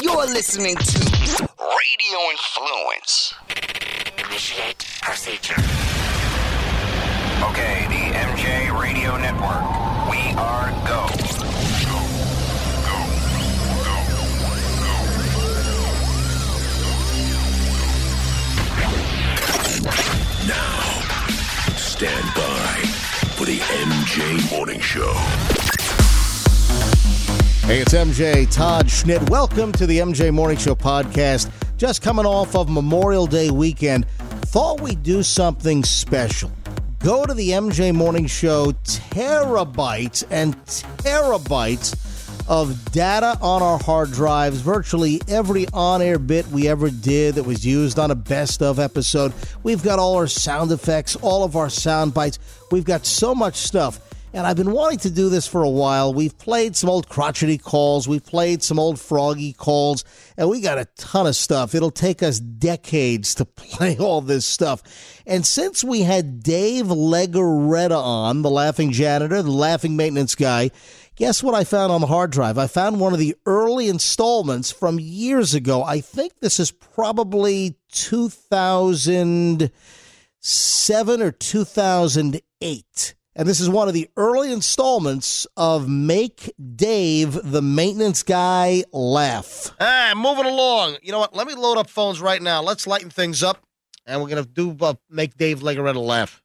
You're listening to Radio Influence. Initiate procedure. Okay, the MJ Radio Network. We are go. Now, stand by for the MJ Morning Show. Hey, it's MJ Todd Schnitt. Welcome to the MJ Morning Show podcast. Just coming off of Memorial Day weekend, thought we'd do something special. Go to the MJ Morning Show terabytes and terabytes of data on our hard drives. Virtually every on air bit we ever did that was used on a best of episode. We've got all our sound effects, all of our sound bites. We've got so much stuff. And I've been wanting to do this for a while. We've played some old crotchety calls, we've played some old froggy calls, and we got a ton of stuff. It'll take us decades to play all this stuff. And since we had Dave Legaretta on, the laughing janitor, the laughing maintenance guy, guess what I found on the hard drive? I found one of the early installments from years ago. I think this is probably 2000- seven or two thousand eight. And this is one of the early installments of Make Dave the Maintenance Guy Laugh. Ah, moving along. You know what? Let me load up phones right now. Let's lighten things up, and we're gonna do uh, make Dave Legaretta laugh.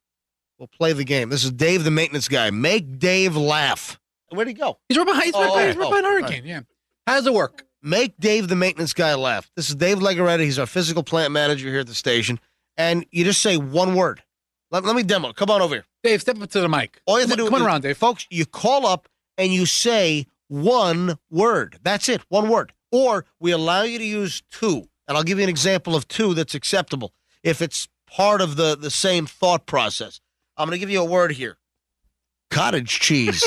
We'll play the game. This is Dave, the maintenance guy. Make Dave laugh. Where'd he go? He's right behind. He's right, Oh, behind, he's right oh, behind all Hurricane. Yeah. How does it work? Make Dave, the maintenance guy, laugh. This is Dave Legaretta. He's our physical plant manager here at the station. And you just say one word. Let, let me demo. Come on over here. Dave, step up to the mic. All you have come, to do come on is- around, Dave. folks, you call up and you say one word. That's it, one word. Or we allow you to use two. And I'll give you an example of two that's acceptable if it's part of the, the same thought process. I'm going to give you a word here cottage cheese.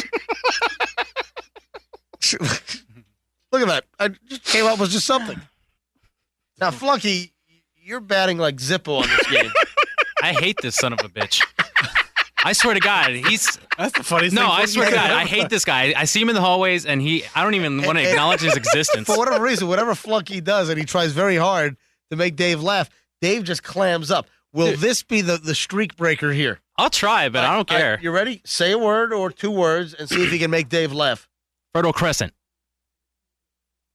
Look at that. I just came up with just something. Now, Flunky, you're batting like Zippo on this game. I hate this son of a bitch. I swear to God, he's That's the funniest no. thing. I swear to God, I hate this guy. I see him in the hallways, and he—I don't even want to acknowledge his existence. for whatever reason, whatever Flunky does, and he tries very hard to make Dave laugh, Dave just clams up. Will this be the, the streak breaker here? I'll try, but I don't All right, care. you ready? Say a word or two words and see if you can make Dave laugh. Fertile Crescent,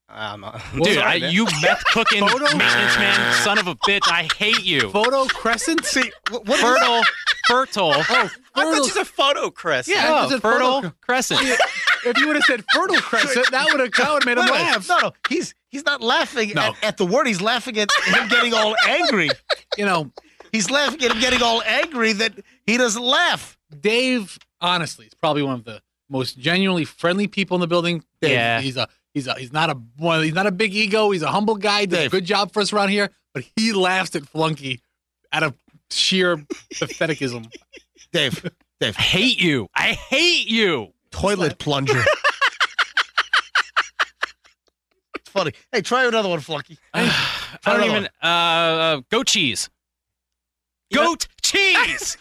I'm not. dude. I, you meth cooking Photo- maintenance man, son of a bitch. I hate you. Photo crescent. See, What, what Fertile, fertile. Oh, fertile. It's a photo, Chris. yeah, it's a fertile photo- crescent. if you would have said fertile crescent, that would have that would have made him wait a minute. laugh. No, no, he's he's not laughing No. at, at the word. He's laughing at him getting all angry. You know, He's laughing at him getting all angry that he doesn't laugh. Dave. Honestly, is probably one of the most genuinely friendly people in the building. Dave, Yeah. he's a he's a he's not a one. He's not a big ego. He's a humble guy. Does a Dave. good job for us around here. But he laughs at Flunky out of sheer patheticism. Dave, Dave, I hate you. I hate you. toilet plunger. it's funny. Hey, try another one, Flunky. I Try don't another even. Uh, uh, goat cheese. Goat cheese.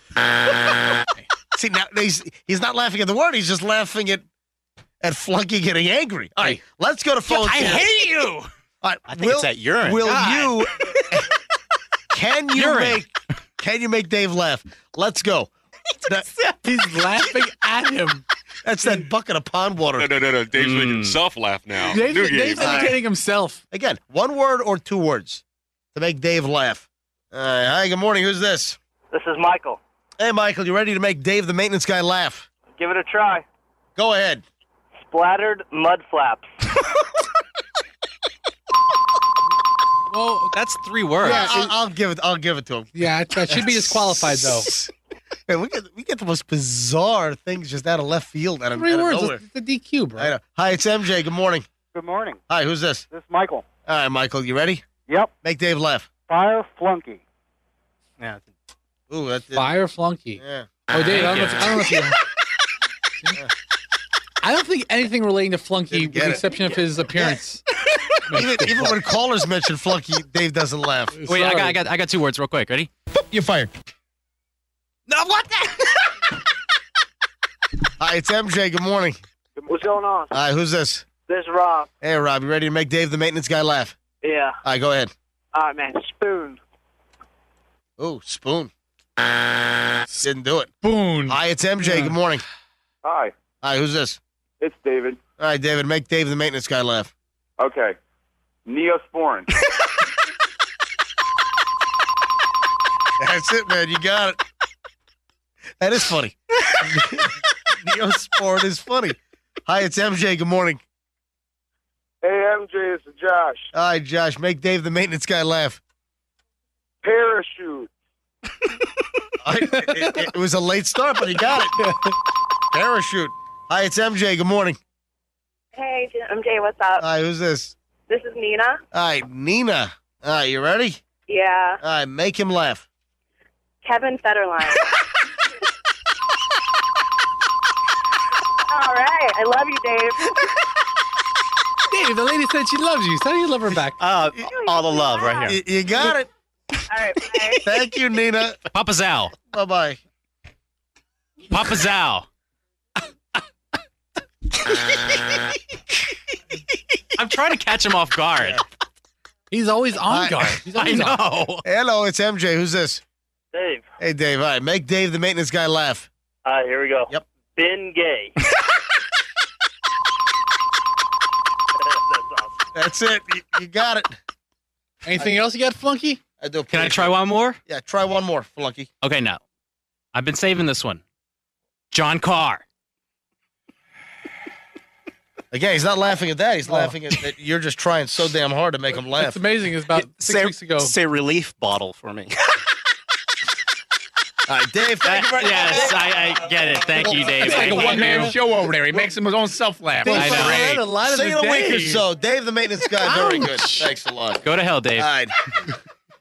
See now he's he's not laughing at the word. He's just laughing at at Flunky getting angry. All right, let's go to phone. I hate you. All right, I think will, it's that urine. will God. you? Can you Urine. make? Can you make Dave laugh? Let's go. That- He's laughing at him. that's that bucket of pond water. No, no, no, no. Dave's making Mm. himself laugh now. Dave's, New Dave's game. entertaining himself. Again, one word or two words to make Dave laugh. All right, hi, good morning. Who's this? This is Michael. Hey, Michael, you ready to make Dave the maintenance guy laugh? Give it a try. Go ahead. Splattered mud flaps. Well, Oh, That's three words. Yeah, I'll, I'll give it. I'll give it to him. yeah, that should be disqualified though. Man, we get we get the most bizarre things just out of left field. Out of, Three out of words. nowhere. It's the DQ, I bro. know. Hi, it's MJ. Good morning. Good morning. Hi, who's this? This is Michael. All right, Michael, you ready? Yep. Make Dave laugh. Fire flunky. Yeah. Ooh, that, that- Fire flunky. yeah. Oh, Dave, I don't, know if, you. I don't know if you. I don't think anything relating to Flunky, Didn't with the get it. exception of his appearance. Even, even when callers mention Flunky, Dave doesn't laugh. Wait, I got, I got, I got two words real quick. Ready? You're fired. No, what? Hi, it's MJ. Good morning. What's going on? Hi, who's this? This is Rob. Hey, Rob, you ready to make Dave the maintenance guy laugh? Yeah. All right, go ahead. All right, man. Spoon. Oh, spoon. Didn't do it. Boone. Hi, it's MJ. Good morning. Hi, Hi, who's this? it's David. All right, David, make Dave the maintenance guy laugh. Okay. Neosporin. That's it, man. You got it. That is funny. Neosporin is funny. Hi, it's MJ. Good morning. hey, MJ, it's Josh. All right, Josh, make Dave the maintenance guy laugh. Parachute. I, it, it- it was a late start, but he got it. Parachute. Hi, it's MJ. Good morning. Hey, J- I'm Jay. What's up? Hi, who's this? This is Nina. All right, Nina. All right, you ready? Yeah, All right, make him laugh. Kevin Federline. All right, I love you, Dave. Dave, the lady said she loves you. Tell you love her back. Uh, all the love right here. You, you got it. All right, bye. Thank you, Nina. Papa Zal. Bye bye. Papa Zal. I'm trying to catch him off guard. He's always on I- guard. He's I always on. know. Hello, it's MJ. Who's this? Dave. Hey, Dave. All right, make Dave the maintenance guy laugh. All right, here we go. Yep. Ben Gay. That's awesome. That's it. You, you got it. Anything else you got, Flunky? I do. Can I try one more? Yeah, try one more, Flunky. Okay, no. I've been saving this one. John Carr. Again, he's not laughing at that. He's laughing at that you're just trying so damn hard to make him That's laugh. amazing. It's about six Say, weeks ago. say relief bottle for me. All right, Dave. Thank you very Yes, I, I get it. Thank you, Dave. It's like a I- one man show over there. He makes him his own self laugh. I know. Great. A lot of See you the in a week or days. so. Dave the maintenance guy. Very good. Thanks a lot. Go to hell, Dave. All Uh,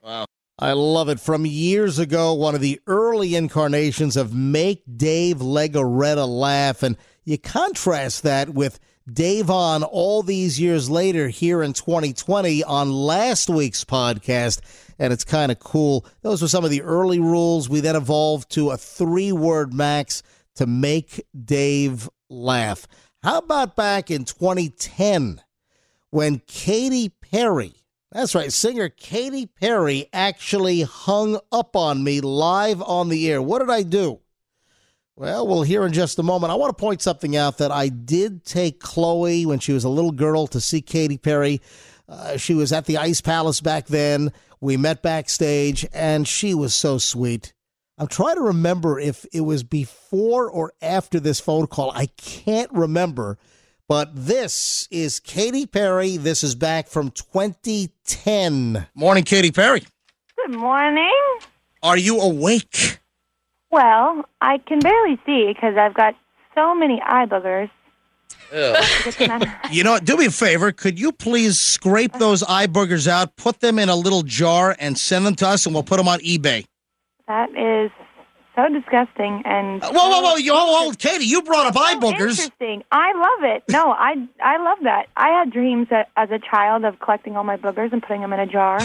right. I love it. From years ago, one of the early incarnations of Make Dave Legaretta Laugh. And you contrast that with Dave on all these years later here in 2020 on last week's podcast. And it's kind of cool. Those were some of the early rules. We then evolved to a three word max to make Dave laugh. How about back in 2010? when Katy Perry, that's right, singer Katy Perry actually hung up on me live on the air. What did I do? Well, we'll hear in just a moment. I want to point something out that I did take Chloe when she was a little girl to see Katy Perry. Uh, she was at the Ice Palace back then. We met backstage, and she was so sweet. I'm trying to remember if it was before or after this phone call. I can't remember. But this is Katy Perry. This is back from 2010. Morning, Katy Perry. Good morning. Are you awake? Well, I can barely see because I've got so many eye boogers. It's not- You know, do me a favor. Could you please scrape those eye burgers out, put them in a little jar, and send them to us, and we'll put them on eBay. that is so disgusting and Uh, Whoa, whoa, whoa! You, hold, hold, Katie, you brought up eye so boogers. Oh, Interesting. I love it. No, I I love that. I had dreams that, as a child of collecting all my boogers and putting them in a jar.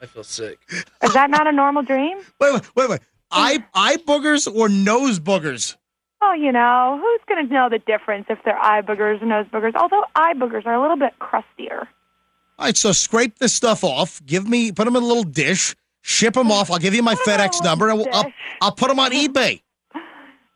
I feel sick. Is that not a normal dream? Wait, wait, wait, wait. Eye eye boogers or nose boogers? Oh, you know, who's going to know the difference if they're eye boogers or nose boogers? Although eye boogers are a little bit crustier. All right, so scrape this stuff off. Give me, put them in a little dish. Ship them off. I'll give you my FedEx number, and we'll, I'll, dish. I'll put them on eBay.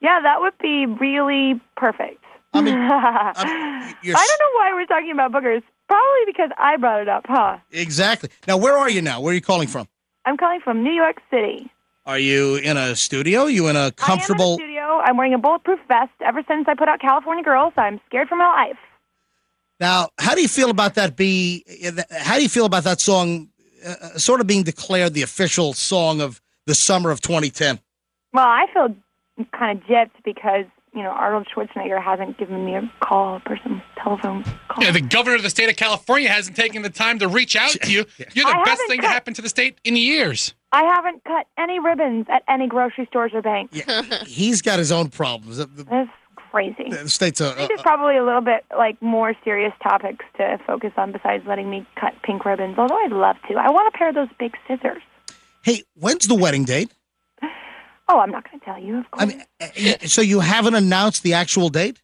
Yeah, that would be really perfect. I mean, uh, I you're don't know why we're talking about boogers. Probably because I brought it up, huh? Exactly. Now, where are you now? Where are you calling from? I'm calling from New York City. Are you in a studio? You in a I am in comfortable? the studio. I'm wearing a bulletproof vest ever since I put out California Girls. I'm scared for my life. Now, how do you feel about that? Be how do you feel about that song, uh, sort of being declared the official song of the summer of 2010? Well, I feel kind of gypped because, you know, Arnold Schwarzenegger hasn't given me a call, a person's telephone call. Yeah, the governor of the state of California hasn't taken the time to reach out to you. You're the I best haven't thing to cut- happen to the state in years. I haven't cut any ribbons at any grocery stores or banks. He's got his own problems. The, the- That's crazy. the state's uh, a, These are uh, a- probably a little bit like more serious topics to focus on besides letting me cut pink ribbons, although I'd love to. I want a pair of those big scissors. Hey, when's the wedding date? Oh, I'm not going to tell you, of course. uh, I mean, uh, so you haven't announced the actual date?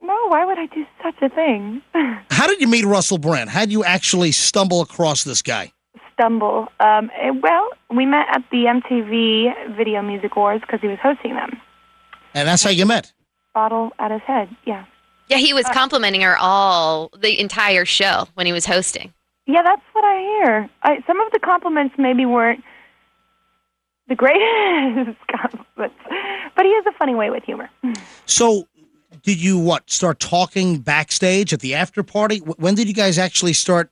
no, know. Why would I do such a thing? How did you meet Russell Brand? How would you actually stumble across this guy? Stumble. Um, eh, well, we met at the MTV Video Music Awards because he was hosting them. And that's how you met. Bottle at his head. Yeah. Yeah, he was complimenting her all the entire show when he was hosting. Yeah, that's what I hear. I, some of the compliments maybe weren't the greatest compliments, but he has a funny way with humor. So, did you what start talking backstage at the after party? Wh- When did you guys actually start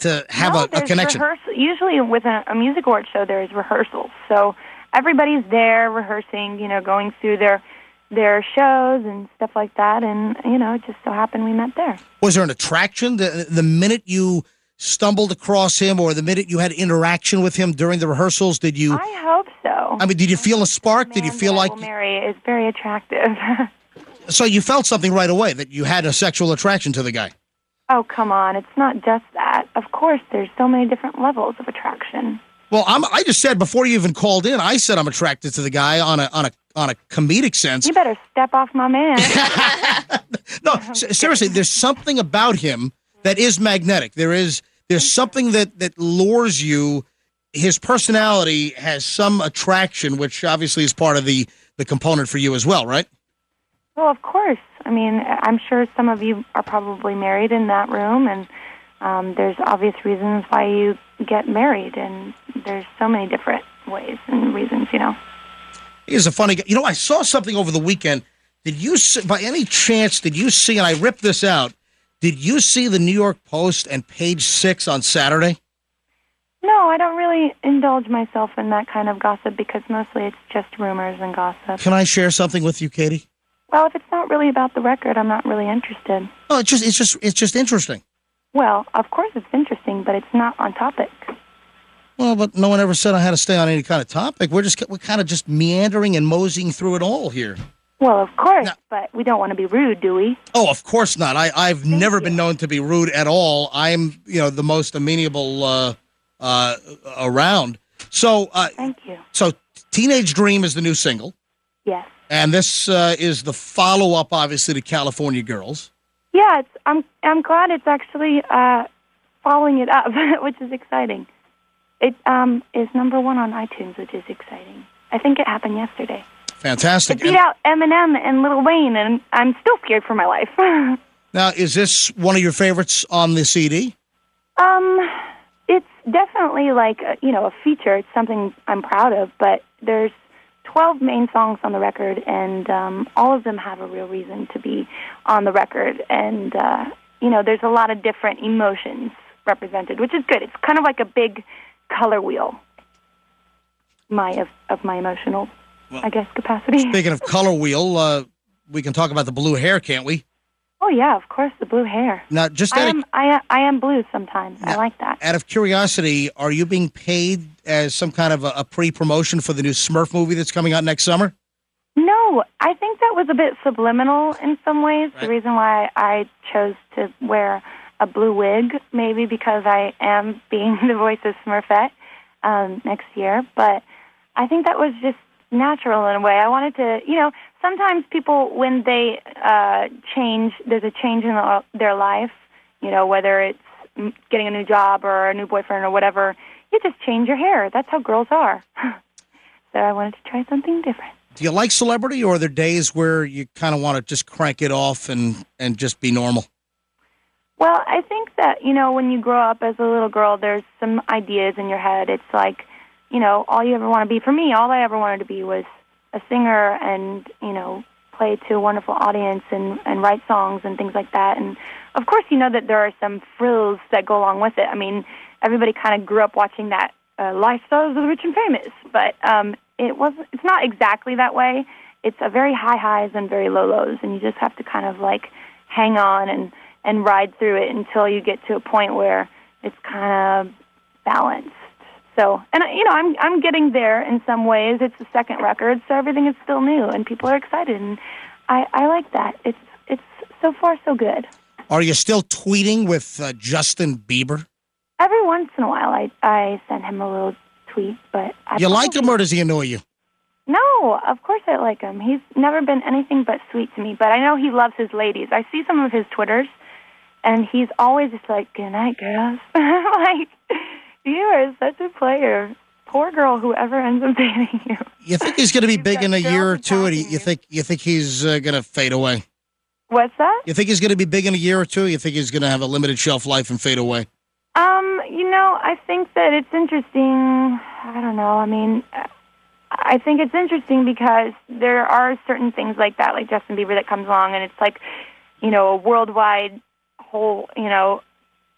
to have No, a, a there's connection? rehearsal- usually with a, a music award show, there is rehearsals. So everybody's there rehearsing, you know, going through their their shows and stuff like that. And you know, it just so happened we met there. Was there an attraction the the minute you stumbled across him, or the minute you had interaction with him during the rehearsals? Did you? I hope so. Mm. I mean, did you feel a spark? Did you feel like Mary is very attractive. so you felt something right away that you had a sexual attraction to the guy? oh come on, it's not just that. Of course, there's so many different levels of attraction. Well, I'm, I just said before you even called in, I said I'm attracted to the guy on a on a on a comedic sense. You better step off my man. No, se- seriously, there's something about him that is magnetic. There is there's something that that lures you. His personality has some attraction, which obviously is part of the the component for you as well, right? well, of course. I mean, I'm sure some of you are probably married in that room, and um, there's obvious reasons why you get married, and there's so many different ways and reasons, you know. He is a funny guy. You know, I saw something over the weekend. Did you, see, by any chance, did you see? And I ripped this out. Did you see the New York Post and Page Six on Saturday? No, I don't really indulge myself in that kind of gossip because mostly it's just rumors and gossip. Can I share something with you, Katie? Well, if it's not really about the record, I'm not really interested. Oh, it's just, it's just, it's just interesting. Well, of course it's interesting, but it's not on topic. Well, but no one ever said I had to stay on any kind of topic. We're just we're kind of just meandering and moseying through it all here. Well, of course, but we don't want to be rude, do we? Oh, of course not. I I've never been known to be rude at all. I'm you know the most amenable uh, uh, around. So uh, thank you. So, Teenage Dream is the new single, Yes. and this uh, is the follow up, obviously, to California Girls. Yeah, it's, I'm I'm glad it's actually uh, following it up, which is exciting. It um, is number one on iTunes, which is exciting. I think it happened yesterday. Fantastic. Beat out Eminem and Lil Wayne, and I'm still scared for my life. Now, is this one of your favorites on the CD? um, it's definitely like a, you know a feature. It's something I'm proud of, but there's 12 main songs on the record, and um, all of them have a real reason to be on the record. And uh, you know, there's a lot of different emotions represented, which is good. It's kind of like a big color wheel. My of, of my emotional, I guess, capacity. Speaking of color wheel, uh, we can talk about the blue hair, can't we? Oh yeah, of course, the blue hair. Now, just I out, of, am I, I am blue sometimes. I like that. out of curiosity, are you being paid as some kind of a, a pre promotion for the new Smurf movie that's coming out next summer? No, I think that was a bit subliminal in some ways. The reason why I chose to wear a blue wig, maybe because I am being the voice of Smurfette um, next year, but I think that was just natural in a way. I wanted to, you know, sometimes people, when they uh, change, there's a change in their- their life, you know, whether it's mm, getting a new job or a new boyfriend or whatever, you just change your hair. That's how girls are. so I wanted to try something different. Do you like celebrity, or are there days where you kind of want to just crank it off and, and just be normal? Well, I think that, you know, when you grow up as a little girl, there's some ideas in your head. It's like, you know, all you ever want to be. For me, all I ever wanted to be was a singer and, you know, play to a wonderful audience and, and write songs and things like that. And of course, you know that there are some frills that go along with it. I mean, everybody kind of grew up watching that uh, Lifestyles of the Rich and Famous, but um, it was it's not exactly that way. It's a very high highs and very low lows, and you just have to kind of like hang on and and ride through it until you get to a point where it's kind of balanced. So, and I- you know, I'm I'm getting there in some ways. It's the second record, so everything is still new, and people are excited, and I I like that. It's it's so far so good. Are you still tweeting with uh, Justin Bieber? Every once in a while, I I send him a little tweet, but I you like him, or does he annoy you? No, of course I like him. He's never been anything but sweet to me, but I know he loves his ladies. I see some of his Twitters, and he's always just like, good night, girls. I'm like, you are such a player. Poor girl, whoever ends up dating you. You think he's going to be big in a year or two? And you think you think he's uh, going to fade away? What's that? You think he's going to be big in a year or two? You think he's going to have a limited shelf life and fade away? Um, you know, I think that it's interesting. I don't know. I mean, I think it's interesting because there are certain things like that, like Justin Bieber, that comes along, and it's like, you know, a worldwide whole, you know,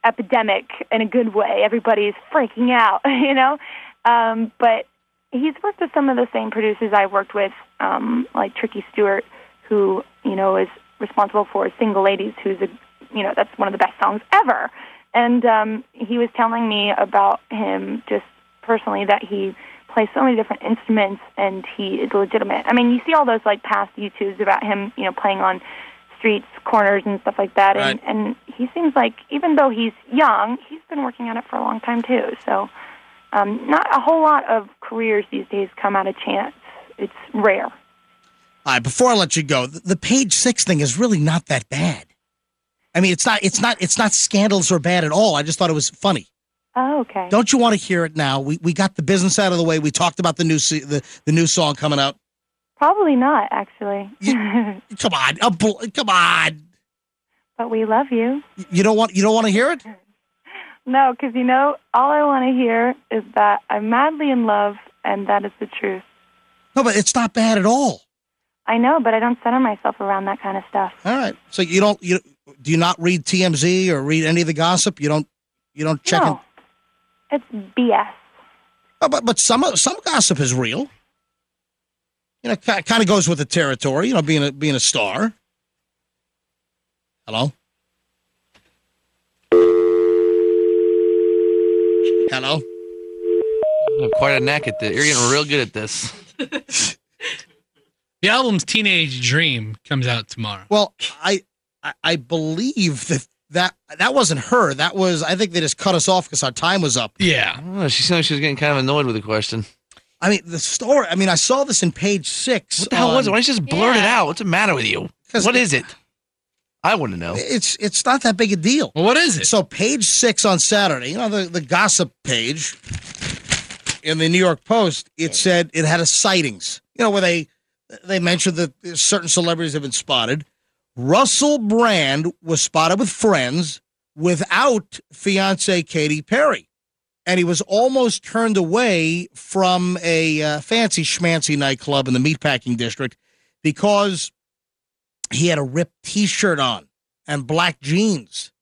epidemic in a good way. Everybody's freaking out, you know. Um, but he's worked with some of the same producers I worked with, um, like Tricky Stewart, who you know is responsible for "Single Ladies," who's a you know that's one of the best songs ever. And um, he was telling me about him just personally that he plays so many different instruments and he is legitimate. I mean, you see all those like past YouTubes about him, you know, playing on streets, corners, and stuff like that. Right. And and he seems like even though he's young, he's been working on it for a long time too. So, um, not a whole lot of careers these days come out of chance. It's rare. All right, before I let you go, the, the page six thing is really not that bad. I mean, it's not, it's not, it's not scandalous or bad at all. I just thought it was funny. Oh, okay. Don't you want to hear it now? We we got the business out of the way. We talked about the new se- the, the new song coming out. Probably not actually. Come on, a bl- come on. but we love you. You don't want you don't want to hear it. No, because you know, all I want to hear is that I'm madly in love, and that is the truth. No, but it's not bad at all. I know, but I don't center myself around that kind of stuff. All right. So you don't you do you not read TMZ or read any of the gossip? You don't you don't check No. it. It's BS. Oh, but but some some gossip is real. You know, kind of goes with the territory. You know, being a being a star. Hello. Hello. I'm quite a knack at this. You're getting real good at this. The album's Teenage Dream comes out tomorrow. Well, I I, I believe that. That that wasn't her. That was I think they just cut us off because our time was up. Yeah. I don't know. Oh, She seemed like she was getting kind of annoyed with the question. I mean the story. I mean I saw this in page six. What the hell was it? on- Why don't you just blurt it out? What's the matter with you? 'Cause What it- is it? I want to know. It's it's not that big a deal. what is it? So page six on Saturday, you know the, the gossip page in the New York Post, it said it had a sightings. You know where they they mentioned that certain celebrities have been spotted. Russell Brand was spotted with friends without fiance Katy Perry, and he was almost turned away from a uh, fancy schmancy nightclub in the Meatpacking District because he had a ripped T-shirt on and black jeans.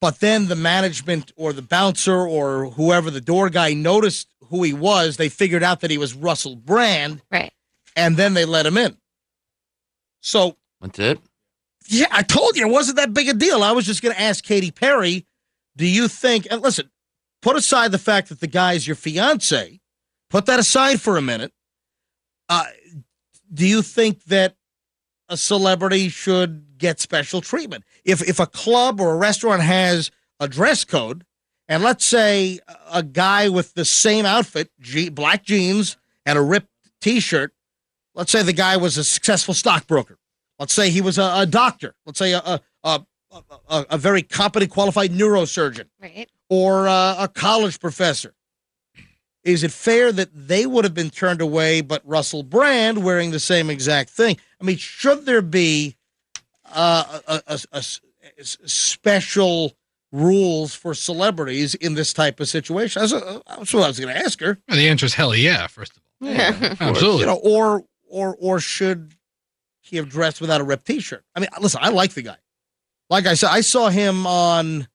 But then the management or the bouncer or whoever the door guy noticed who he was. They figured out that he was Russell Brand. Right. And then they let him in. So, That's it. yeah, I told you it wasn't that big a deal. I was just going to ask Katy Perry, do you think, and listen, put aside the fact that the guy is your fiance, put that aside for a minute. Uh, do you think that a celebrity should get special treatment. If if a club or a restaurant has a dress code, and let's say a guy with the same outfit, je- black jeans and a ripped T-shirt, let's say the guy was a successful stockbroker. Let's say he was a, a doctor. Let's say a a, a a a very competent, qualified neurosurgeon Right. or uh, a college professor. Is it fair that they would have been turned away, but Russell Brand wearing the same exact thing? I mean, should there be uh, a, a- a- a s- special rules for celebrities in this type of situation? That's, uh, that's what I was going to ask her. Well, the answer is hell yeah, first of all. Mm-hmm. Absolutely. You know, or or or should he have dressed without a ripped T-shirt? I mean, listen, I like the guy. Like I said, I saw him on.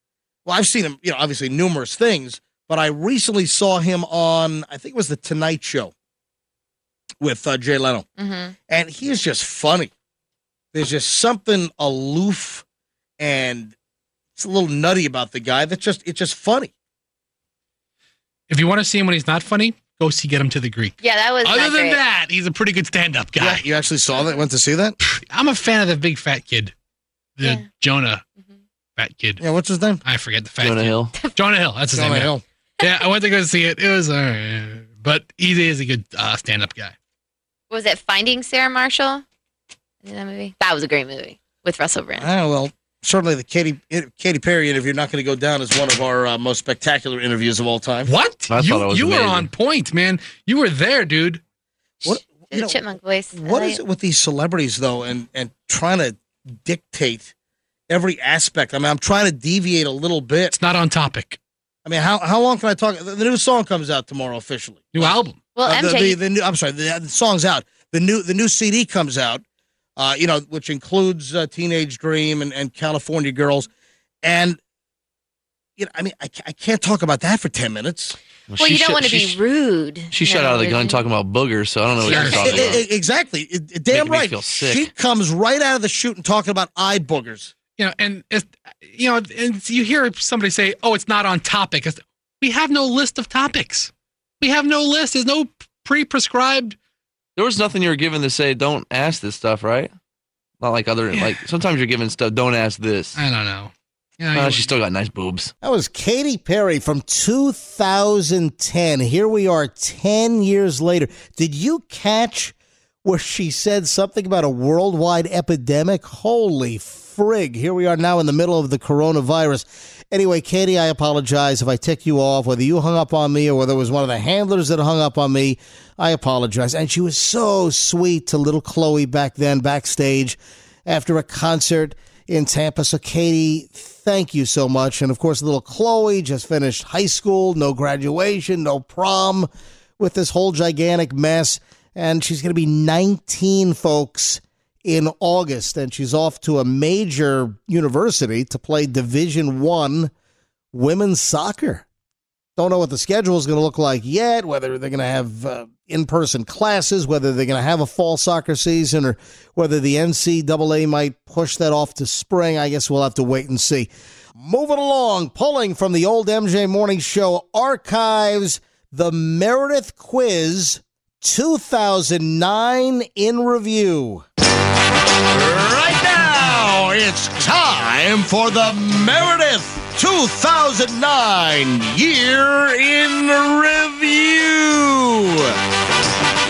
Well, I've seen him, you know, obviously numerous things, but I recently saw him on. I think it was the Tonight Show with uh, Jay Leno, Mm-hmm. and he is just funny. There's just something aloof and it's a little nutty about the guy. That's just it's just funny. If you want to see him when he's not funny, go see Get Him to the Greek. Yeah, that was. Other not than great. that, he's a pretty good stand-up guy. you actually saw that? Went to see that? I'm a fan of the big fat kid, the Yeah. Mm-hmm. Jonah fat kid. Yeah, what's his name? I forget the fat Jonah kid. Hill. Jonah Hill. That's his Jonah name. yeah. Hill. Yeah, I went to go see it. It was all right. but he is a good uh, stand-up guy. Was it Finding Sarah Marshall? Is that movie? That was a great movie with Russell Brand. Ah, well, certainly the Katy Katy Perry interview not going to go down as one of our uh, most spectacular interviews of all time. What? you you were on point, man. You were there, dude. What? The Chipmunk voice. I What like is it with these celebrities though, and and trying to dictate every aspect? I mean, I'm trying to deviate a little bit. It's not on topic. I mean, how how long can I talk? The the new song comes out tomorrow officially. New album. Well, the, MJ Uh, the, the new, I'm sorry, the, the song's out. The new the new CD comes out. Uh, you know, which includes uh, Teenage Dream and, and California Girls, and you know, I mean, I, ca- I can't talk about that for ten minutes. Well, you don't want to be rude. She shut out of the gun talking about boogers, so I don't know what you're talking about. E- e- exactly. E- Damn me right. feel sick. She comes right out of the chute and talking about eye boogers. You know, and it's, you know, and you hear somebody say, "Oh, it's not on topic." It's- we have no list of topics. We have no list. There's no pre-prescribed. There was nothing you were given to say. Don't ask this stuff, right? Not like other like sometimes you're given stuff. Don't ask this. I don't know. Uh, she's still got nice boobs. That was Katy Perry from 2010. Here we are 10 years later. Did you catch where she said something about a worldwide epidemic? Holy frig. Here we are now in the middle of the coronavirus. Anyway, Katie, I apologize if I ticked you off, whether you hung up on me or whether it was one of the handlers that hung up on me. I apologize. And she was so sweet to little Chloe back then, backstage after a concert in Tampa. So, Katie, thank you so much. And of course, little Chloe just finished high school, no graduation, no prom with this whole gigantic mess. And she's going to be 19, folks, in August. And she's off to a major university to play Division One women's soccer. Don't know what the schedule is going to look like yet, whether they're going to have uh, in person classes, whether they're going to have a fall soccer season, or whether the NCAA might push that off to spring. I guess we'll have to wait and see. Moving along, pulling from the old MJ Morning Show archives, the Meredith Quiz 2009 in review. Right now, it's time for the Meredith 2009 Year in Review.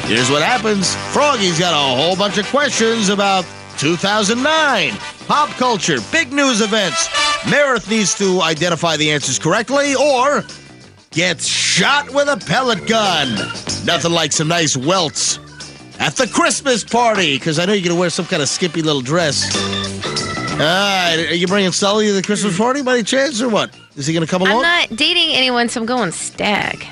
Here's what happens Froggy's got a whole bunch of questions about 2009, pop culture, big news events. Meredith needs to identify the answers correctly or gets shot with a pellet gun. Nothing like some nice welts at the Christmas party because I know you're gonna wear some kind of skimpy little dress. Ah, are you bringing Sully to the Christmas party by any chance, or what? Is he gonna come I'm along? not dating anyone, so I'm going stag.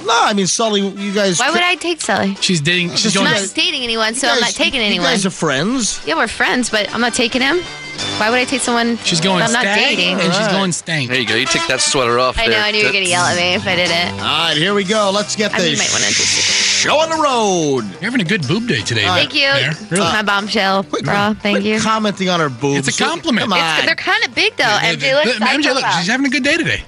no, I mean Sully. You guys. Why would I take Sally? She's dating. She's I'm going. not dating anyone, so I'm not taking anyone. You guys are friends. yeah, we're friends, but I'm not taking him. Why would I take someone She's going. that I'm not stag, dating? and she's going stank. There you go. You took that sweater off. I know, there. I knew you were going to yell at me if I didn't. All right, here we go. Let's get I mean, you this might wanna show on the road. You're having a good boob day today. Thank you. Mare. Really. My bombshell bra. Thank you. Commenting on her boobs. It's a compliment. Come on. It's, they're kind of big though. MJ, look, Ma'am, side Jay, look, profile. she's having a good day today.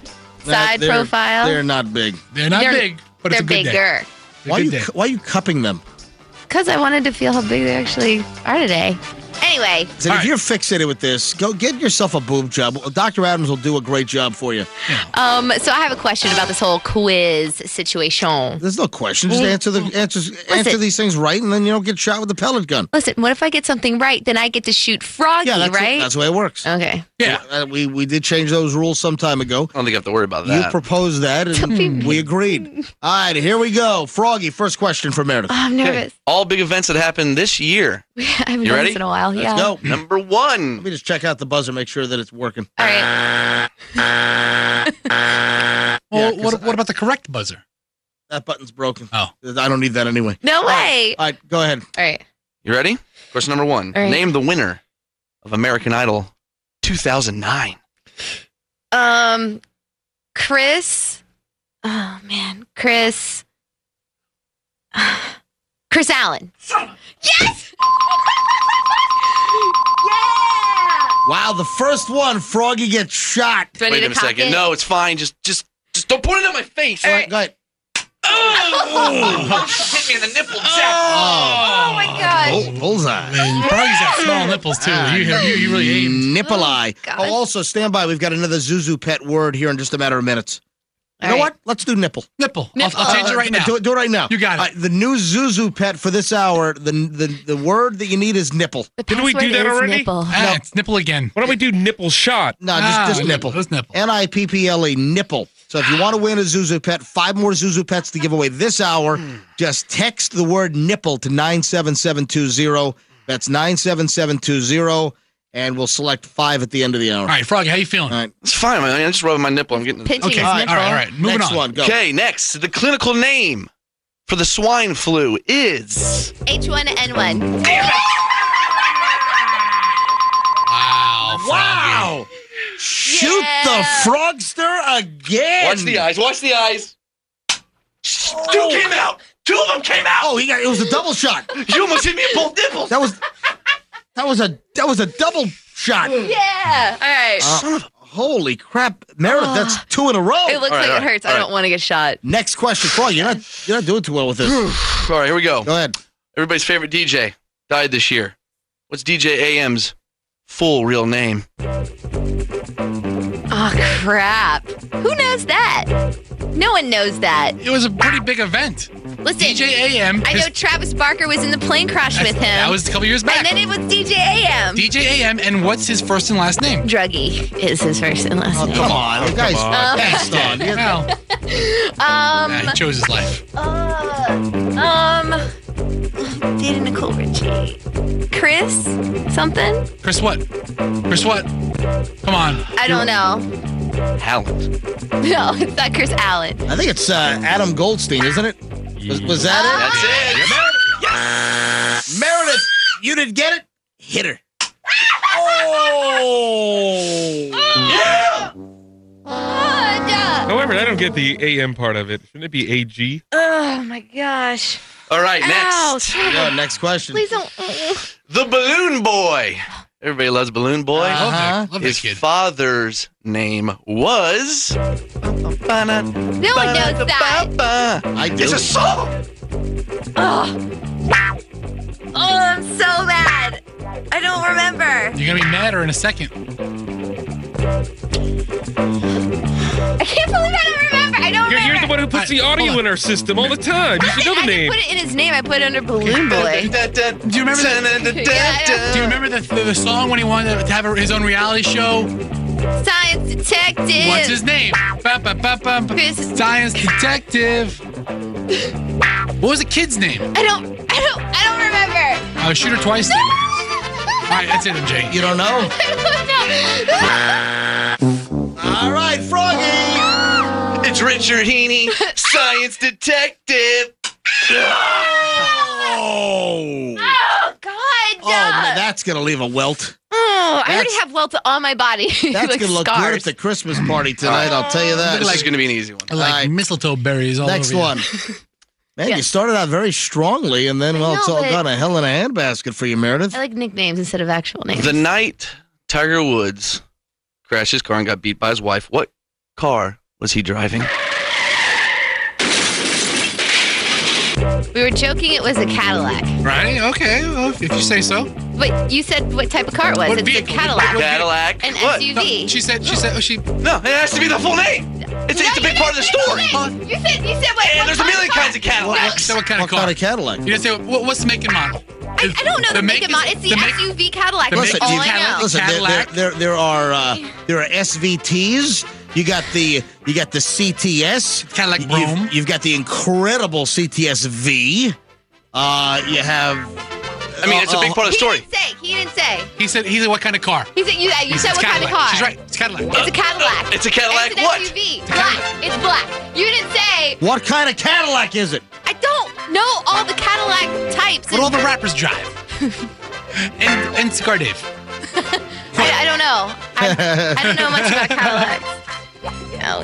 Side they're- profile. They're not big. They're not They're- big, but they're it's a good day. bigger. Why good you day. cu- why are you cupping them? Because I wanted to feel how big they actually are today. Anyway, So if you're fixated with this, go get yourself a boob job. Dr. Adams will do a great job for you. um, so I have a question about this whole quiz situation. There's no question. Just Mm. answer the answers. Answer these things right, and then you don't get shot with a pellet gun. Listen, what if I get something right? Then I get to shoot Froggy, Yeah, that's right? that's the way it works. okay. Yeah. Uh, we we did change those rules some time ago. I don't think you have to worry about You that. proposed that, and we agreed. All right, here we go. Froggy, first question for Meredith. Oh, I'm nervous. All big events that happened this year. I haven't You done ready? this in a while. yeah. Let's go. Number one. Let me just check out the buzzer, make sure that it's working. All right. Well, Yeah, 'cause what, what about the correct buzzer? That button's broken. Oh. I don't need that anyway. No way. All right, go ahead. All right. You ready? Question number one. All right. Name the winner of American Idol 2009. Um, Chris. Oh man, Chris. Chris Allen. Yes. yeah. Wow, the first one, Froggy gets shot. Do I need Wait to a cock second. it? No, it's fine. Just, just, just don't point it at my face. All right. Go ahead. Oh! Hit me in the nipple, Jack. Oh, my gosh. Bull- bullseye. And Froggy's got small nipples too. You, you, you really Mm. aim. Nipple eye. God. Oh, also, stand by. We've got another Zuzu pet word here in just a matter of minutes. You know what? Let's do nipple. Nipple. I'll, I'll change it Uh, right now. Uh, Do, it- do it right now. You got it. All right, the new Zuzu pet for this hour. The the the word that you need is nipple. Didn't we do that already? Ah, it's nipple again. Why don't we do nipple shot? No, just, Ah, just nipple. Just nipple. N I P P L E nipple. So if you want to win a Zuzu pet, five more Zuzu pets to give away this hour. Just text the word nipple to nine seven seven two zero. That's nine seven seven two zero, and we'll select five at the end of the hour. All right, Froggy, how you feeling? It's fine, man. I'm just rubbing my nipple. I'm getting Pinching his all right, nipple. all right. Moving Next on. one, go. Okay, next. The clinical name for the swine flu is H1N1. Wow. Wow. Shoot Yeah. the frogster again. Watch the eyes. Watch the eyes. Oh. Two came out. Two of them came out. Oh, he got it was a double shot. You almost hit me in both nipples. That was that was a that was a double shot. Yeah. All right. Son of a- holy crap, Meredith, Ah. that's two in a row. it looks all right, like all it right, hurts. all I right. don't want to get shot. Next question, Frog. You're not you're not doing too well with this. All right, here we go. Go ahead. Everybody's favorite DJ died this year. What's DJ AM's full real name? Oh crap. Who knows that? No one knows that. It was a pretty big event. Listen. DJ AM. I know Travis Barker was in the plane crash with him. That was a couple years back. and then it was DJ AM. DJ AM, and what's his first and last name? Druggy is his first and last name. Uh, Come on, the guys. on. passed on. You're- Well, Um, yeah, he chose his life. uh, um, dated Nicole Richie. Chris? Something? Chris, what? Chris, what? Come on. I don't know. Talent. No, it's not Chris Allen. I think it's uh, Adam Goldstein, isn't it? Was, was that That's it. it? Meredith, you didn't get it. Hit her. Oh, duh. However, I don't get the AM part of it. Shouldn't it be AG? Oh, my gosh. All right, next. Ow, Go on, next question. Please don't. The Balloon Boy. Everybody loves Balloon Boy. I love Uh-huh. that. Love His that kid. father's name was. No one knows that. I do. It's a song. Oh. Oh, I'm so mad. I don't remember. You're gonna be madder in a second. I can't believe I don't remember. I don't You're, remember. you're the one who puts the All right, audio hold on. in our system all the time. You should know I the didn't name. put it in his name. I put it under Balloon Boy. Do you remember Yeah, I don't- Do you remember the, the, the song when he wanted to have a, his own reality show? Science detective. What's his name? Ba, ba, ba, ba, ba. Chris- Science detective. What was the kid's name? I don't. I don't. I don't remember. Uh, Shooter Twice. No. All right, that's it, MJ. You don't know. I don't know. All right, Froggy. It's Richard Heaney, science detective. Oh. Oh God. Oh, man, that's gonna leave a welt. Oh, I already that's- have welts on my body. That's like gonna look good at scars. the Christmas party tonight. I'll tell you that. This is going to be an easy one. Like All right. mistletoe berries all Next over you. one. Man, you Yes. started out very strongly, and then, well, I it's know, all but- gone a hell in a handbasket for you, Meredith. I like nicknames instead of actual names. The night Tiger Woods crashed his car and got beat by his wife, what car was he driving? we were joking. It was a Cadillac, Right? Okay. Well, if, if you say so. but you said what type of car it was? What it's vehicle? a Cadillac. Cadillac. An what? SUV. No, she said. She said. Oh, she. No, it has to be the full name. It's, No, it's a you big part of the didn't say story. full name. You said you said what? And what there's a kind million car? kinds of Cadillacs. So what kind What of car? kind of Cadillac? You didn't say what, what's the make and model. I, I don't know the, make and is- model. It's the, make- SUV Cadillac. The That's make- all you- I know. listen there, there, Cadillac. there, there are uh, there are SVTs. You got the you got the CTS. Cadillac You've- Brome. You've, got the incredible CTS V. Uh, you have. I mean, it's a big part of the He story. didn't say. He didn't say. He said. He said what kind of car? He said you. uh, You said It's what kind of Cadillac. car? She's right. It's Cadillac. It's a Cadillac. It's a Cadillac. It's an What? SUV. Black. It's black. You didn't say. What kind of Cadillac is it? I don't know all the Cadillac types. What all the rappers drive. and and Cigar Dave. I, I don't know. I, I don't know much about Cadillacs. No.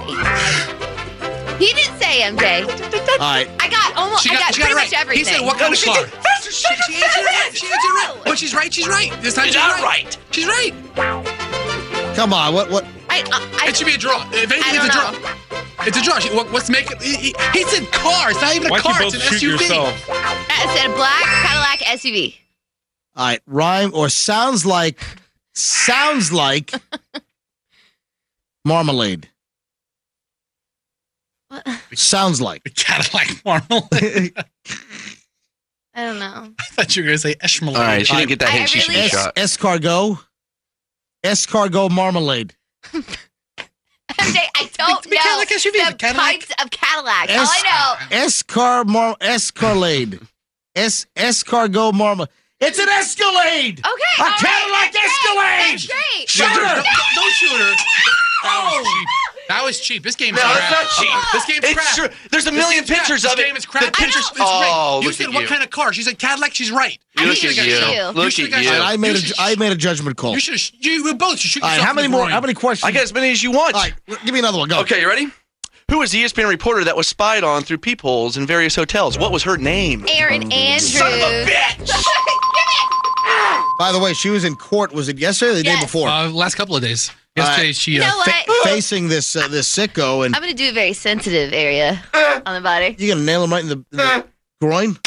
He didn't say MJ. All right. I got almost. I got, pretty much everything. He said what kind of car? She, she answered right. She answered right. No. But she's right. She's right. This time she's, not She's right. Come on. What what? I, I, I, It should be a draw. If anything, I it's a don't draw. know. It's a draw. She, what, what's make it? He, he- he said car. It's not even a Why car. don't you It's both an shoot SUV. yourselves? I said a black Cadillac SUV. All right. Rhyme or sounds like sounds like marmalade. sounds like. Cadillac Marble. I I don't know. thought you were going to say Eshmalade. All right, she didn't get that hint. She should be shot. Escargot. Escargot marmalade. MJ, I don't know Cadillac SUV, the the Cadillac. kinds of Cadillac. All Es- I know. Escar mar escarlade. Es escargot marmalade. It's an Escalade. Okay, A all right, that's Cadillac great, Escalade. that's great. Shut No, her. Don't, don't shoot her. That was cheap. That was cheap. This game's No, it's crap. not cheap. This game's It's crap. true. There's a This million game's crap. pictures this of it. Game is crap. The pictures- It's right. Oh, you look said at what you. kind of car? She said Cadillac. She's right. Look You at should've got you. shot. Look should've at got you. shot. I made You a, should- I made a judgment call. You should. You we both should shoot All right, yourself how in many the more? groin. How many questions? I got as many as you want. All right, give me another one. Go. Okay, you ready? Who was the E ESPN reporter that was spied on through peepholes in various hotels? What was her name? Aaron Andrews. Son of a bitch! By the way, she was in court. Was it yesterday or the Yes. day before? Uh, last couple of days. All right. Yesterday she. You Uh, know what? Facing this uh, this sicko, and I'm going to do a very sensitive area Uh. on the body. you gonna nail him right in the, in the groin?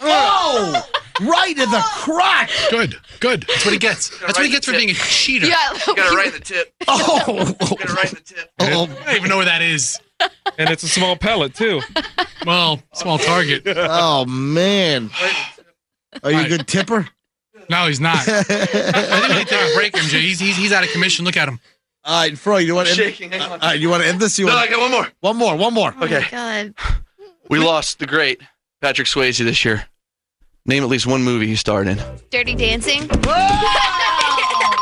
Oh, right in the crotch! good. Good. That's what he gets. That's what he gets for being a cheater. Yeah. Got it right in the tip. Oh, Got it right in the tip. oh, I don't even know where that is. And it's a small pellet, too. Well, small target. oh man! Are you a good tipper? No, he's not. I think we need to take a break, MJ. He's, he's, he's out of commission. Look at him. All right, Freud, you want to end, Shaking. Hang all on. right, you want to end this? You No, want I got one more. one more, one more. Oh Okay. my God. We lost the great Patrick Swayze this year. Name at least one movie he starred in. Dirty Dancing.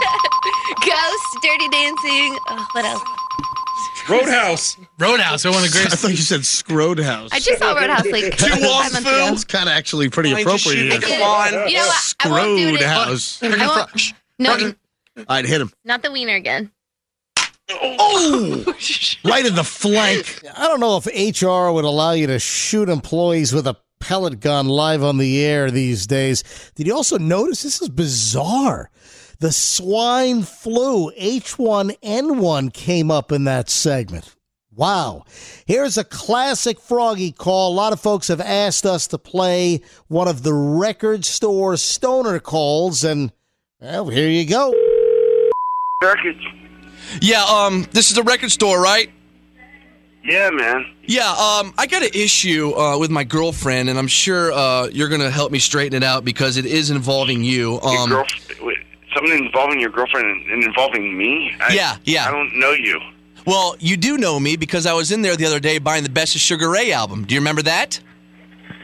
Ghost, Dirty Dancing. Oh, what else? Roadhouse. Roadhouse, one of the I greatest. thought you said Scrodehouse. I just saw Roadhouse like Two five lost months ago. films. It's kind of actually pretty Why didn't you appropriate. shoot here. me? Come on. You know what? I won't do it again. Scrodehouse. You're gonna I won't- fro- shh. No, All right, hit him. not the wiener again. Oh, right in the flank. I don't know if HR would allow you to shoot employees with a pellet gun live on the air these days. Did you also notice this is bizarre? The swine flu H1N1 came up in that segment. Wow. Here's a classic froggy call. A lot of folks have asked us to play one of the record store stoner calls, and well, here you go. Circus. Yeah, um, this is a record store, right? Yeah, man. Yeah, um, I got an issue uh, with my girlfriend, and I'm sure uh, you're gonna help me straighten it out because it is involving you. Your Um, girlf- wait, something involving your girlfriend and- and involving me? I, Yeah, yeah. I don't know you. well, you do know me because I was in there the other day buying the Best of Sugar Ray album. Do you remember that?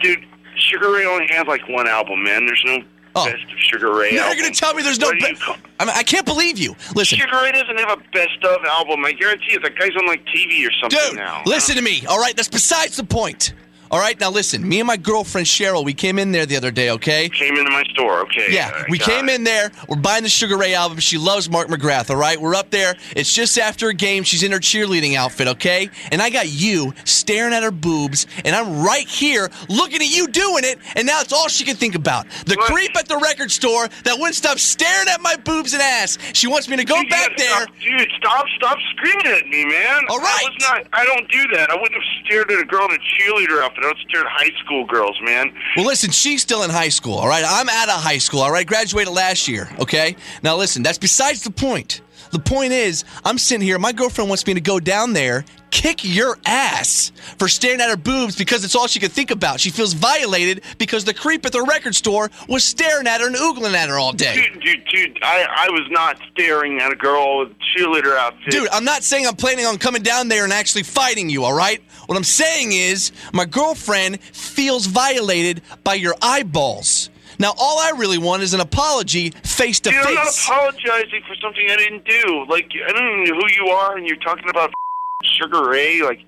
Dude, Sugar Ray only has like one album, man. There's no Oh. best of Sugar Ray Now album. You're gonna tell me there's no. What do you Be- call- I, mean, I can't believe you. Listen, Sugar Ray doesn't have a best of album. I guarantee you, that guy's on like TV or something Dude, now. listen to me. All right, that's besides the point. All right, now listen. Me and my girlfriend Cheryl, we came in there the other day. Okay. Came into my store. Okay. Yeah, I we got came it. in there. We're buying the Sugar Ray album. She loves Mark McGrath. All right, we're up there. It's just after a game. She's in her cheerleading outfit. Okay, and I got you staring at her boobs, and I'm right here looking at you doing it, and now it's all she can think about. The What? creep at the record store that wouldn't stop staring at my boobs and ass. She wants me to go Dude, you back gotta there. Stop, dude, stop, stop screaming at me, man. All right. I was not, I don't do that. I wouldn't have stared at a girl in a cheerleader outfit. I would stare at high school girls, man. Well, listen, she's still in high school, all right? I'm out of high school, all right? Graduated last year, okay? Now, listen, that's besides the point. The point is, I'm sitting here, my girlfriend wants me to go down there, kick your ass for staring at her boobs because it's all she could think about. She feels violated because the creep at the record store was staring at her and oogling at her all day. Dude, dude, dude, I, I was not staring at a girl with a cheerleader outfit. Dude, I'm not saying I'm planning on coming down there and actually fighting you, all right? What I'm saying is, my girlfriend feels violated by your eyeballs. Now, all I really want is an apology face to Dude, I'm not face. apologizing for something I didn't do. Like, I don't even know who you are, and you're talking about Sugar Ray. Like,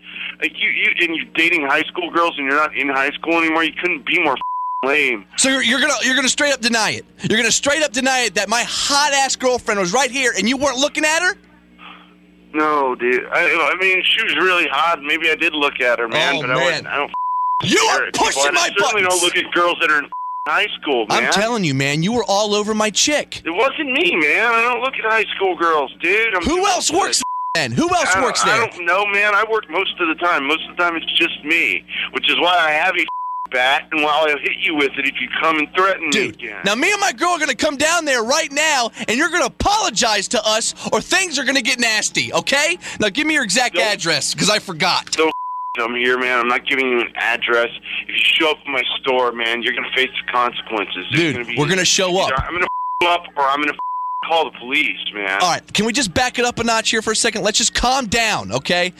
like you, you, and you're dating high school girls, and you're not in high school anymore. You couldn't be more lame. So you're, you're gonna you're gonna straight up deny it. You're gonna straight up deny it that my hot ass girlfriend was right here and you weren't looking at her. No, dude. I, I mean, she was really hot. Maybe I did look at her, man. Oh, but man. I, wasn't, I don't You care are at people. pushing And my I certainly buttons. don't look at girls that are in high school, man. I'm telling you, man, you were all over my chick. It wasn't me, man. I don't look at high school girls, dude. I'm Who else works then? Who else I, works I there? don't know, man. I work most of the time. Most of the time, it's just me, which is why I have a bat and why I'll hit you with it if you come and threaten Dude, me again. now me and my girl are gonna come down there right now and you're gonna apologize to us or things are gonna get nasty, okay? Now give me your exact Don't- address, because I forgot. Don't I'm here, man. I'm not giving you an address. If you show up at my store, man, you're gonna face the consequences. There's Dude, gonna be- we're gonna show up. Either I'm gonna up or I'm gonna call the police, man. All right, can we just back it up a notch here for a second? Let's just calm down, okay?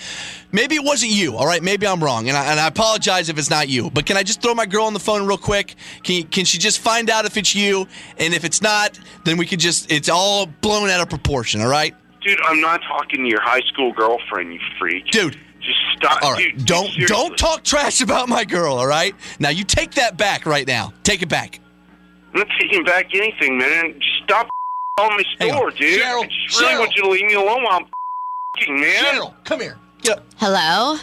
Maybe it wasn't you, all right? Maybe I'm wrong, and I, and I apologize if it's not you. But can I just throw my girl on the phone real quick? Can you, can she just find out if it's you? And if it's not, then we can just it's all blown out of proportion, all right? Dude, I'm not talking to your high school girlfriend, you freak. Dude. Just stop. All right, Uh, Dude, don't seriously. don't talk trash about my girl, all right? Now you take that back right now. Take it back. I'm not taking back anything, man. Just stop calling my store, dude. I just really want you to leave me alone while I'm man. Cheryl, come here. Yep. Hello? All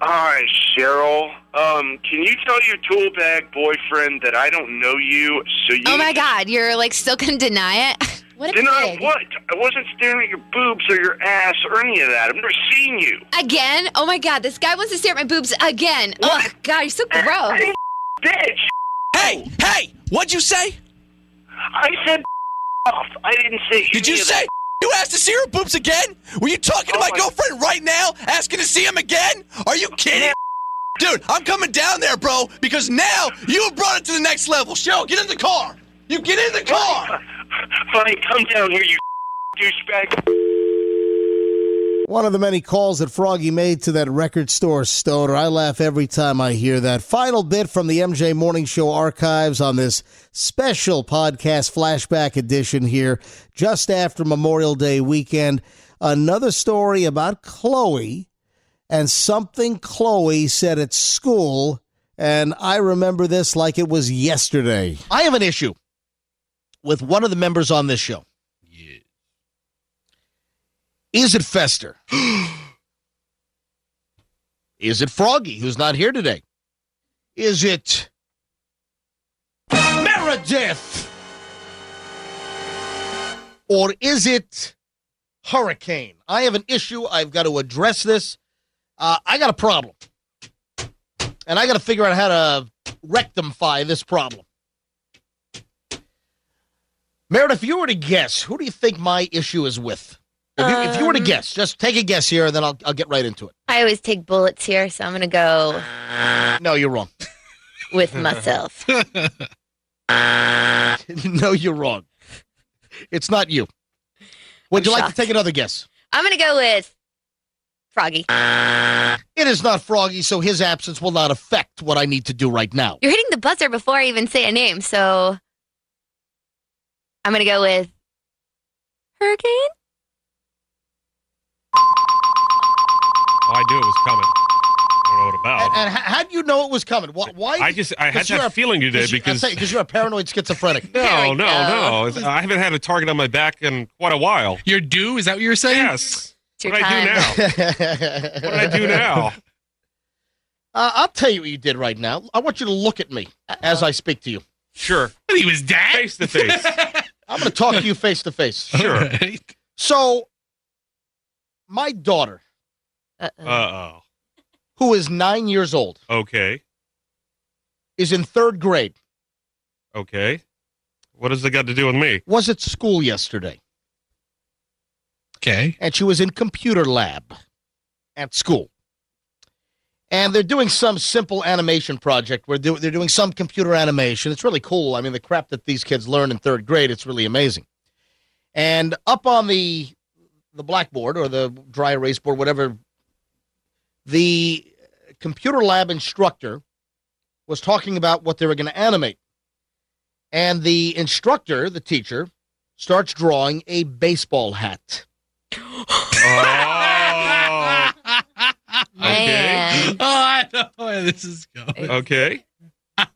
right, Cheryl. Um, can you tell your tool bag boyfriend that I don't know you? So you Oh my god, you're like still gonna deny it? What a deny pig. what? I wasn't staring at your boobs or your ass or any of that. I've never seen you. Again? Oh my god, this guy wants to stare at my boobs again. Oh god, you're so gross. Bitch! Hey, hey, what'd you say? I said off. I didn't say. Did you say you asked to see her boobs again? Were you talking to Oh my, girlfriend right now, asking to see him again? Are you kidding? Dude, I'm coming down there, bro, because now you have brought it to the next level. Cheryl, get in the car. You get in the car. Fine, come down here, you douchebag. One of the many calls that Froggy made to that record store stoner. I laugh every time I hear that. Final bit from the MJ Morning Show archives on this special podcast flashback edition here, just after Memorial Day weekend. Another story about Chloe and something Chloe said at school. And I remember this like it was yesterday. I have an issue with one of the members on this show. Is it Fester? Is it Froggy, who's not here today? Is it Meredith? Or is it Hurricane? I have an issue. I've got to address this. Uh, I got a problem. And I got to figure out how to rectify this problem. Meredith, if you were to guess, who do you think my issue is with? If you, if you were to Um, guess, just take a guess here, and then I'll, I'll get right into it. I always take bullets here, so I'm gonna go No, you're wrong. with myself. no, you're wrong. It's not you. Would you like to take another guess? I'm gonna go with Froggy. It is not Froggy, so his absence will not affect what I need to do right now. You're hitting the buzzer before I even say a name, so I'm gonna go with Hurricane? Oh, I knew it was coming. I don't know what about. And, and how, how do you know it was coming? Why? why I just- I had 'cause you're that feeling you did you- I because- tell you, uh, you're a paranoid schizophrenic. no, no, no. It's- I haven't had a target on my back in quite a while. You're due? Is that what you're saying? Yes. your what I do now? What what do I do now? Uh, I'll tell you what you did right now. I want you to look at me as I speak to you. Sure. He was dead. Face to face. I'm going to talk to you face to face. Sure. So, my daughter, Uh who is nine years old, oh. Okay. is in third grade, Okay. What does it got to do with me? was at school yesterday, Okay. and she was in computer lab at school. And they're doing some simple animation project where do- they're doing some computer animation. It's really cool. I mean, the crap that these kids learn in third grade, it's really amazing. And up on the the blackboard or the dry erase board, whatever, the computer lab instructor was talking about what they were going to animate. And the instructor, the teacher, starts drawing a baseball hat. Oh. Man. Oh, I know where this is going. Okay.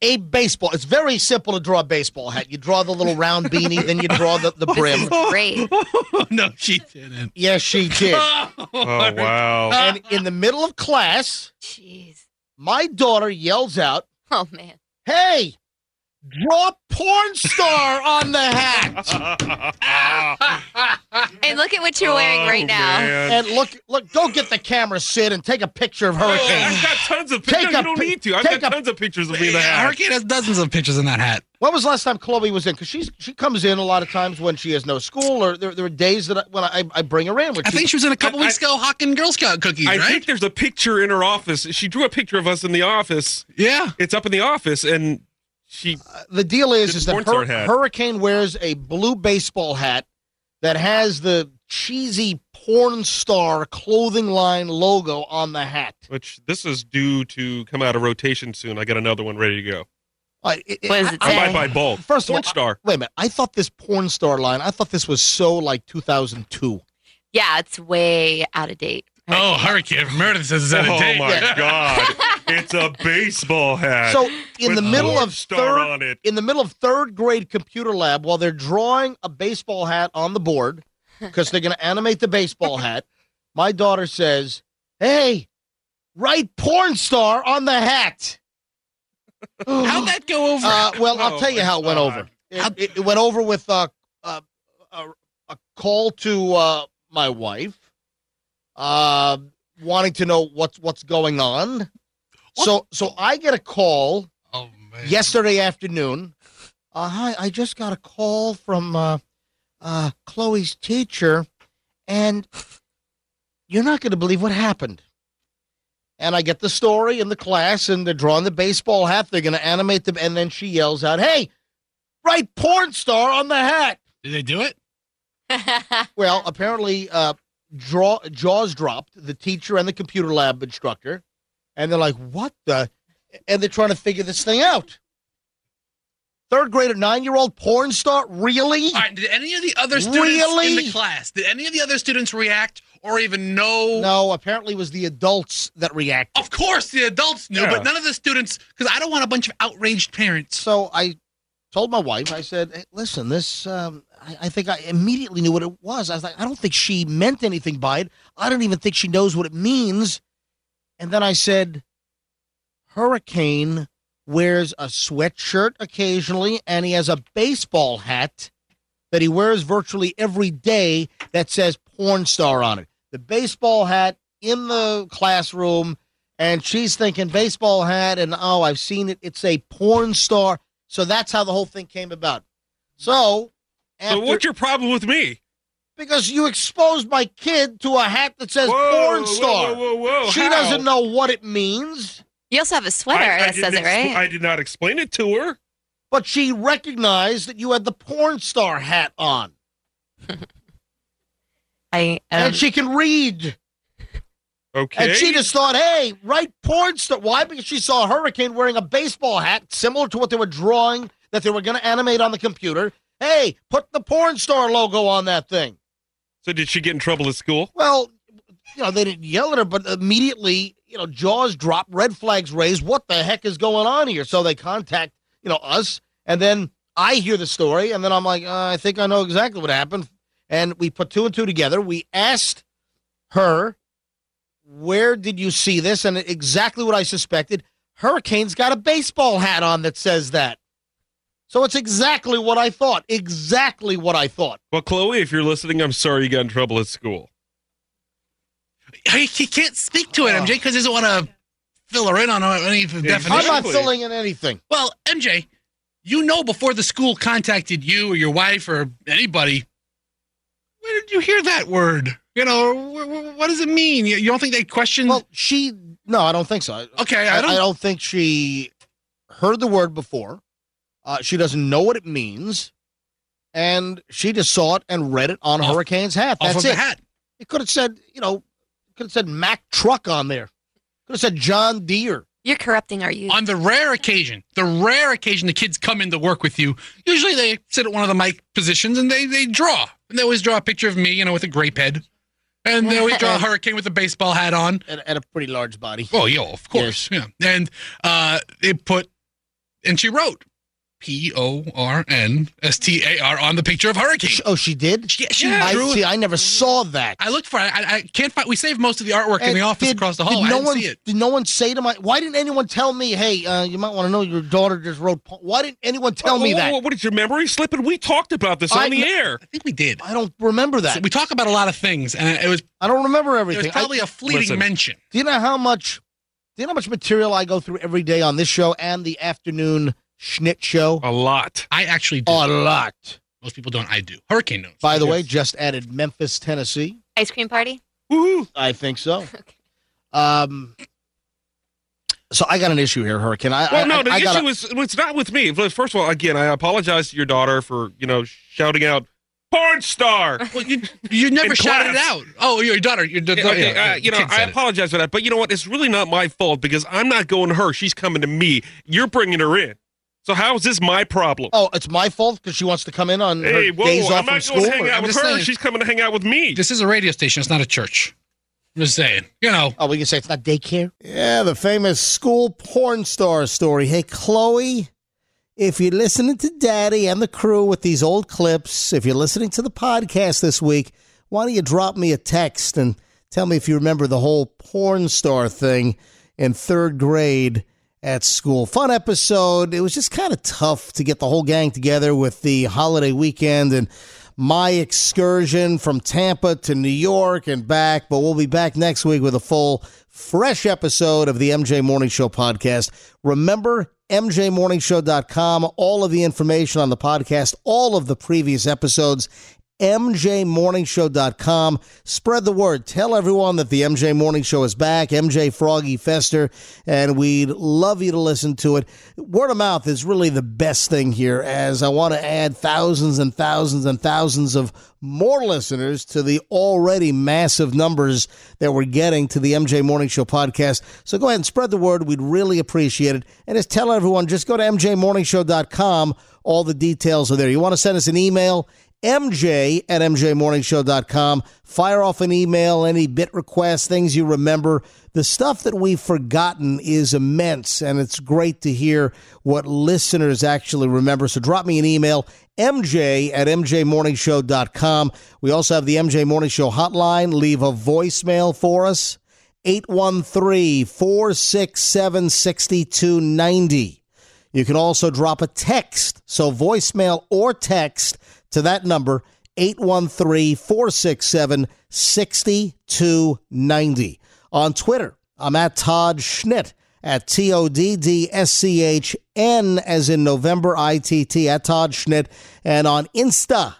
A baseball. It's very simple to draw a baseball hat. You draw the little round beanie, then you draw the, the This is brim. great. no, she didn't. Yes, she did. Oh wow. And in the middle of class, Jeez. my daughter yells out, Oh man. Hey, Draw porn star on the hat. And look at what you're wearing right now. And look, look, go get the camera, Sid, and take a picture of Hurricane. Oh, I've got tons of pictures. Take a You don't pic- need to. I've take got a- tons of pictures of me in the hat. Hurricane has dozens of pictures in that hat. When was the last time Chloe was in? Because she's she comes in a lot of times when she has no school, or there, there are days that I, when I, I bring her in. When I think she was in a couple I- weeks ago hawking Girl Scout cookies, I right? think there's a picture in her office. She drew a picture of us in the office. Yeah. It's up in the office, and she. the deal is, Did is that porn star Hur- hat. Hurricane wears a blue baseball hat that has the cheesy porn star clothing line logo on the hat. Which this is due to come out of rotation soon. I got another one ready to go. Like, it- it- What does it I- say? I- I buy bulk. First of Porn all, star. Wait a minute. I thought this porn star line. I thought this was so like 2002. Yeah, it's way out of date. Oh, Hurricane Meredith says it's out of oh date. my Yeah. god! It's a baseball hat. So Uh, in with the middle porn of star third, on it. in the middle of third grade computer lab, while they're drawing a baseball hat on the board, because they're going to animate the baseball hat, my daughter says, "Hey, write porn star on the hat." How'd that go over? Uh, well, I'll Oh, tell you my how it went God. over. It, it- it went over with uh, uh, a, a call to uh, my wife, uh, wanting to know what's what's going on. So, so I get a call oh man. yesterday afternoon. Uh, hi, I just got a call from uh, uh, Chloe's teacher, and you're not going to believe what happened. And I get the story in the class, and they're drawing the baseball hat. They're going to animate them, and then she yells out, "Hey, write porn star on the hat!" Did they do it? Well, apparently, uh, draw jaws dropped. The teacher and the computer lab instructor, and they're like, "What the?" And they're trying to figure this thing out. Third grader, nine-year-old porn star, really? All right. Did any of the other students in Really? the class? Did any of the other students react or even know? No, apparently, it was the adults that reacted. Of course, the adults knew, Yeah. but none of the students, because I don't want a bunch of outraged parents. So I told my wife, I said, hey, "Listen, this." Um, I, I think I immediately knew what it was. I was like, "I don't think she meant anything by it. I don't even think she knows what it means." And then I said, "Hurricane wears a sweatshirt occasionally, and he has a baseball hat that he wears virtually every day that says porn star on it. The baseball hat in the classroom." and she's thinking baseball hat and oh i've seen it it's a porn star so that's how the whole thing came about so, after, so what's your problem with me? because you exposed my kid to a hat that says porn Whoa, star whoa, whoa, whoa. she How? doesn't know what it means You also have a sweater I- I that didn't says it, expl- right? I did not explain it to her. but she recognized that you had the porn star hat on I, um, I and don't- she can read Okay. and she just thought hey right porn star why because she saw a hurricane wearing a baseball hat similar to what they were drawing that they were going to animate on the computer hey put the porn star logo on that thing so did she get in trouble at school? Well, you know, they didn't yell at her, but immediately, you know, jaws drop, red flags raised. What the heck is going on here? So they contact, you know, us, and then I hear the story, and then I'm like, uh, I think I know exactly what happened. And we put two and two together. We asked her, where did you see this? And exactly what I suspected. Hurricane's got a baseball hat on that says that. So it's exactly what I thought. Exactly what I thought. Well, Chloe, if you're listening, I'm sorry you got in trouble at school. He, he can't speak to it, MJ, because he doesn't want to fill her in on any of the Exactly. definition. I'm not filling in anything. Well, MJ, you know before the school contacted you or your wife or anybody, where did you hear that word? You know, wh- wh- what does it mean? You you don't think they questioned? Well, she no, I don't think so. I, okay, I, I don't. I don't think she heard the word before. Uh, she doesn't know what it means, and she just saw it and read it on Off- Hurricane's hat. off of That's it. the hat. It could have said, you know, could have said Mack truck on there. Could have said John Deere. You're corrupting our youth. On the rare occasion, the rare occasion the kids come in to work with you, usually they sit at one of the mic positions and they they draw. And they always draw a picture of me, you know, with a grape head. And they always draw a hurricane with a baseball hat on. And, and a pretty large Oh, body. Well, yeah, of course. Yeah. And uh, they put, and she wrote P O R N S T A R on the picture of Hurricane. Oh, she did. She, she I drew- see. I never saw that. I looked for it. I, I can't find. We saved most of the artwork in the office across the hall. Did I no didn't one, see it. Did no one say to my? Why didn't anyone tell me? Hey, uh, you might want to know your daughter just wrote. po- Why didn't anyone tell me whoa, that? whoa, What is your memory slipping? We talked about this I- on the air. I think we did. I don't remember that. So we talk about a lot of things, and it was I don't remember everything. it was probably a a fleeting mention. Do you know how much? Do you know how much material I go through every day on this show and the afternoon schnit show? A lot. I actually Oh, A do. lot. Most people don't. I do. Hurricane notes. By the way, just added Memphis, Tennessee. Ice cream party? Woohoo! I think so. Um. So I got an issue here, Hurricane. I, Well, I- no, I- the I issue gotta- is it's not with me. But First of all, again, I apologize to your daughter for you know shouting out porn star. Well, you, you never In shouted it class. out. Oh, your daughter. Your daughter. Yeah, okay, yeah, uh, you know, kid I said it. apologize for that, but you know what? It's really not my fault because I'm not going to her. She's coming to me. You're bringing her in. So how is this my problem? Oh, it's my fault because she wants to come in on her hey, whoa! days off I'm from not school. going to hang or- out I'm with just her. saying- She's coming to hang out with me. This is a radio station. It's not a church. I'm just saying. You know. Oh, we can say it's not daycare. Yeah, the famous school porn star story. Hey, Chloe, if you're listening to Daddy and the crew with these old clips, if you're listening to the podcast this week, why don't you drop me a text and tell me if you remember the whole porn star thing in third grade at school? Fun episode. It was just kind of tough to get the whole gang together with the holiday weekend and my excursion from Tampa to New York and back, but we'll be back next week with a full, fresh episode of the MJ Morning Show podcast. Remember, MJMorningShow.com, all of the information on the podcast, all of the previous episodes, MJMorningShow.com. Spread the word. Tell everyone that the MJ Morning Show is back, MJ Froggy Fester, and we'd love you to listen to it. Word of mouth is really the best thing here, as I want to add thousands and thousands and thousands of more listeners to the already massive numbers that we're getting to the MJ Morning Show podcast. So go ahead and spread the word. We'd really appreciate it. And just tell everyone just go to MJMorningShow.com. All the details are there. You want to send us an email? mj at mjmorningshow.com. Fire off an email, any bit requests, things you remember. The stuff that we've forgotten is immense, and it's great to hear what listeners actually remember. So drop me an email, mj at mjmorningshow.com. We also have the MJ Morning Show hotline. Leave a voicemail for us, 813 467 6290. You can also drop a text. So voicemail or text to that number, 813-467-6290. On Twitter, I'm at Todd Schnitt at T O D D S C H N as in November I T T at Todd Schnitt. And on Insta,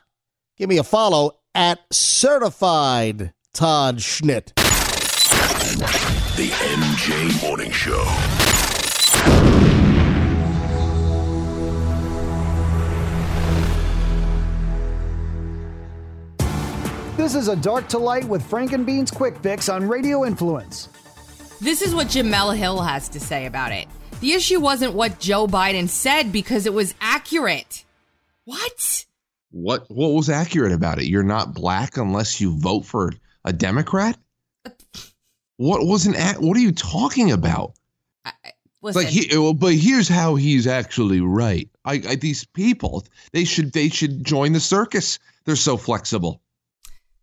give me a follow at certified Todd Schnitt. The MJ Morning Show. This is a dark to light with Frankenbeans Quick Picks on Radio Influence. This is what Jamel Hill has to say about it. The issue wasn't what Joe Biden said because it was accurate. What? What what was accurate about it? You're not black unless you vote for a Democrat. What wasn't? ac- What are you talking about? Listen, Like he, well, but here's how he's actually right. I, I these people they should they should join the circus. They're so flexible.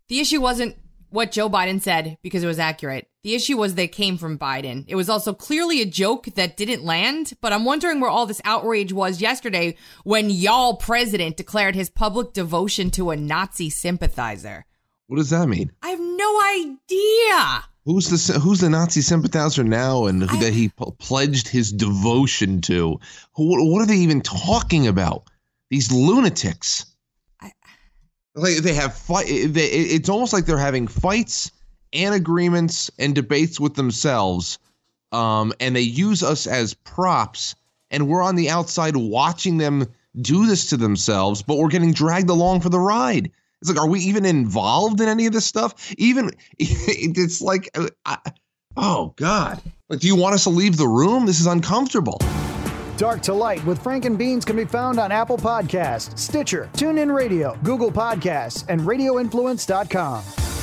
the issue wasn't what Joe Biden said because it was accurate. The issue was they came from Biden. It was also clearly a joke that didn't land, but I'm wondering where all this outrage was yesterday when y'all president declared his public devotion to a Nazi sympathizer. What does that mean? I have no idea. Who's the sy- who's the Nazi sympathizer now, and who, that he p- pledged his devotion to? Who, what are they even talking about? These lunatics. like they have fight. They, it- it's almost like they're having fights and agreements and debates with themselves, um, and they use us as props, and we're on the outside watching them do this to themselves, but we're getting dragged along for the ride. It's like, are we even involved in any of this stuff? Even it's like, uh, I, oh god, like, do you want us to leave the room? This is uncomfortable. Dark to Light with Frank and Beans can be found on Apple Podcasts, Stitcher, TuneIn Radio, Google Podcasts, and RadioInfluence.com.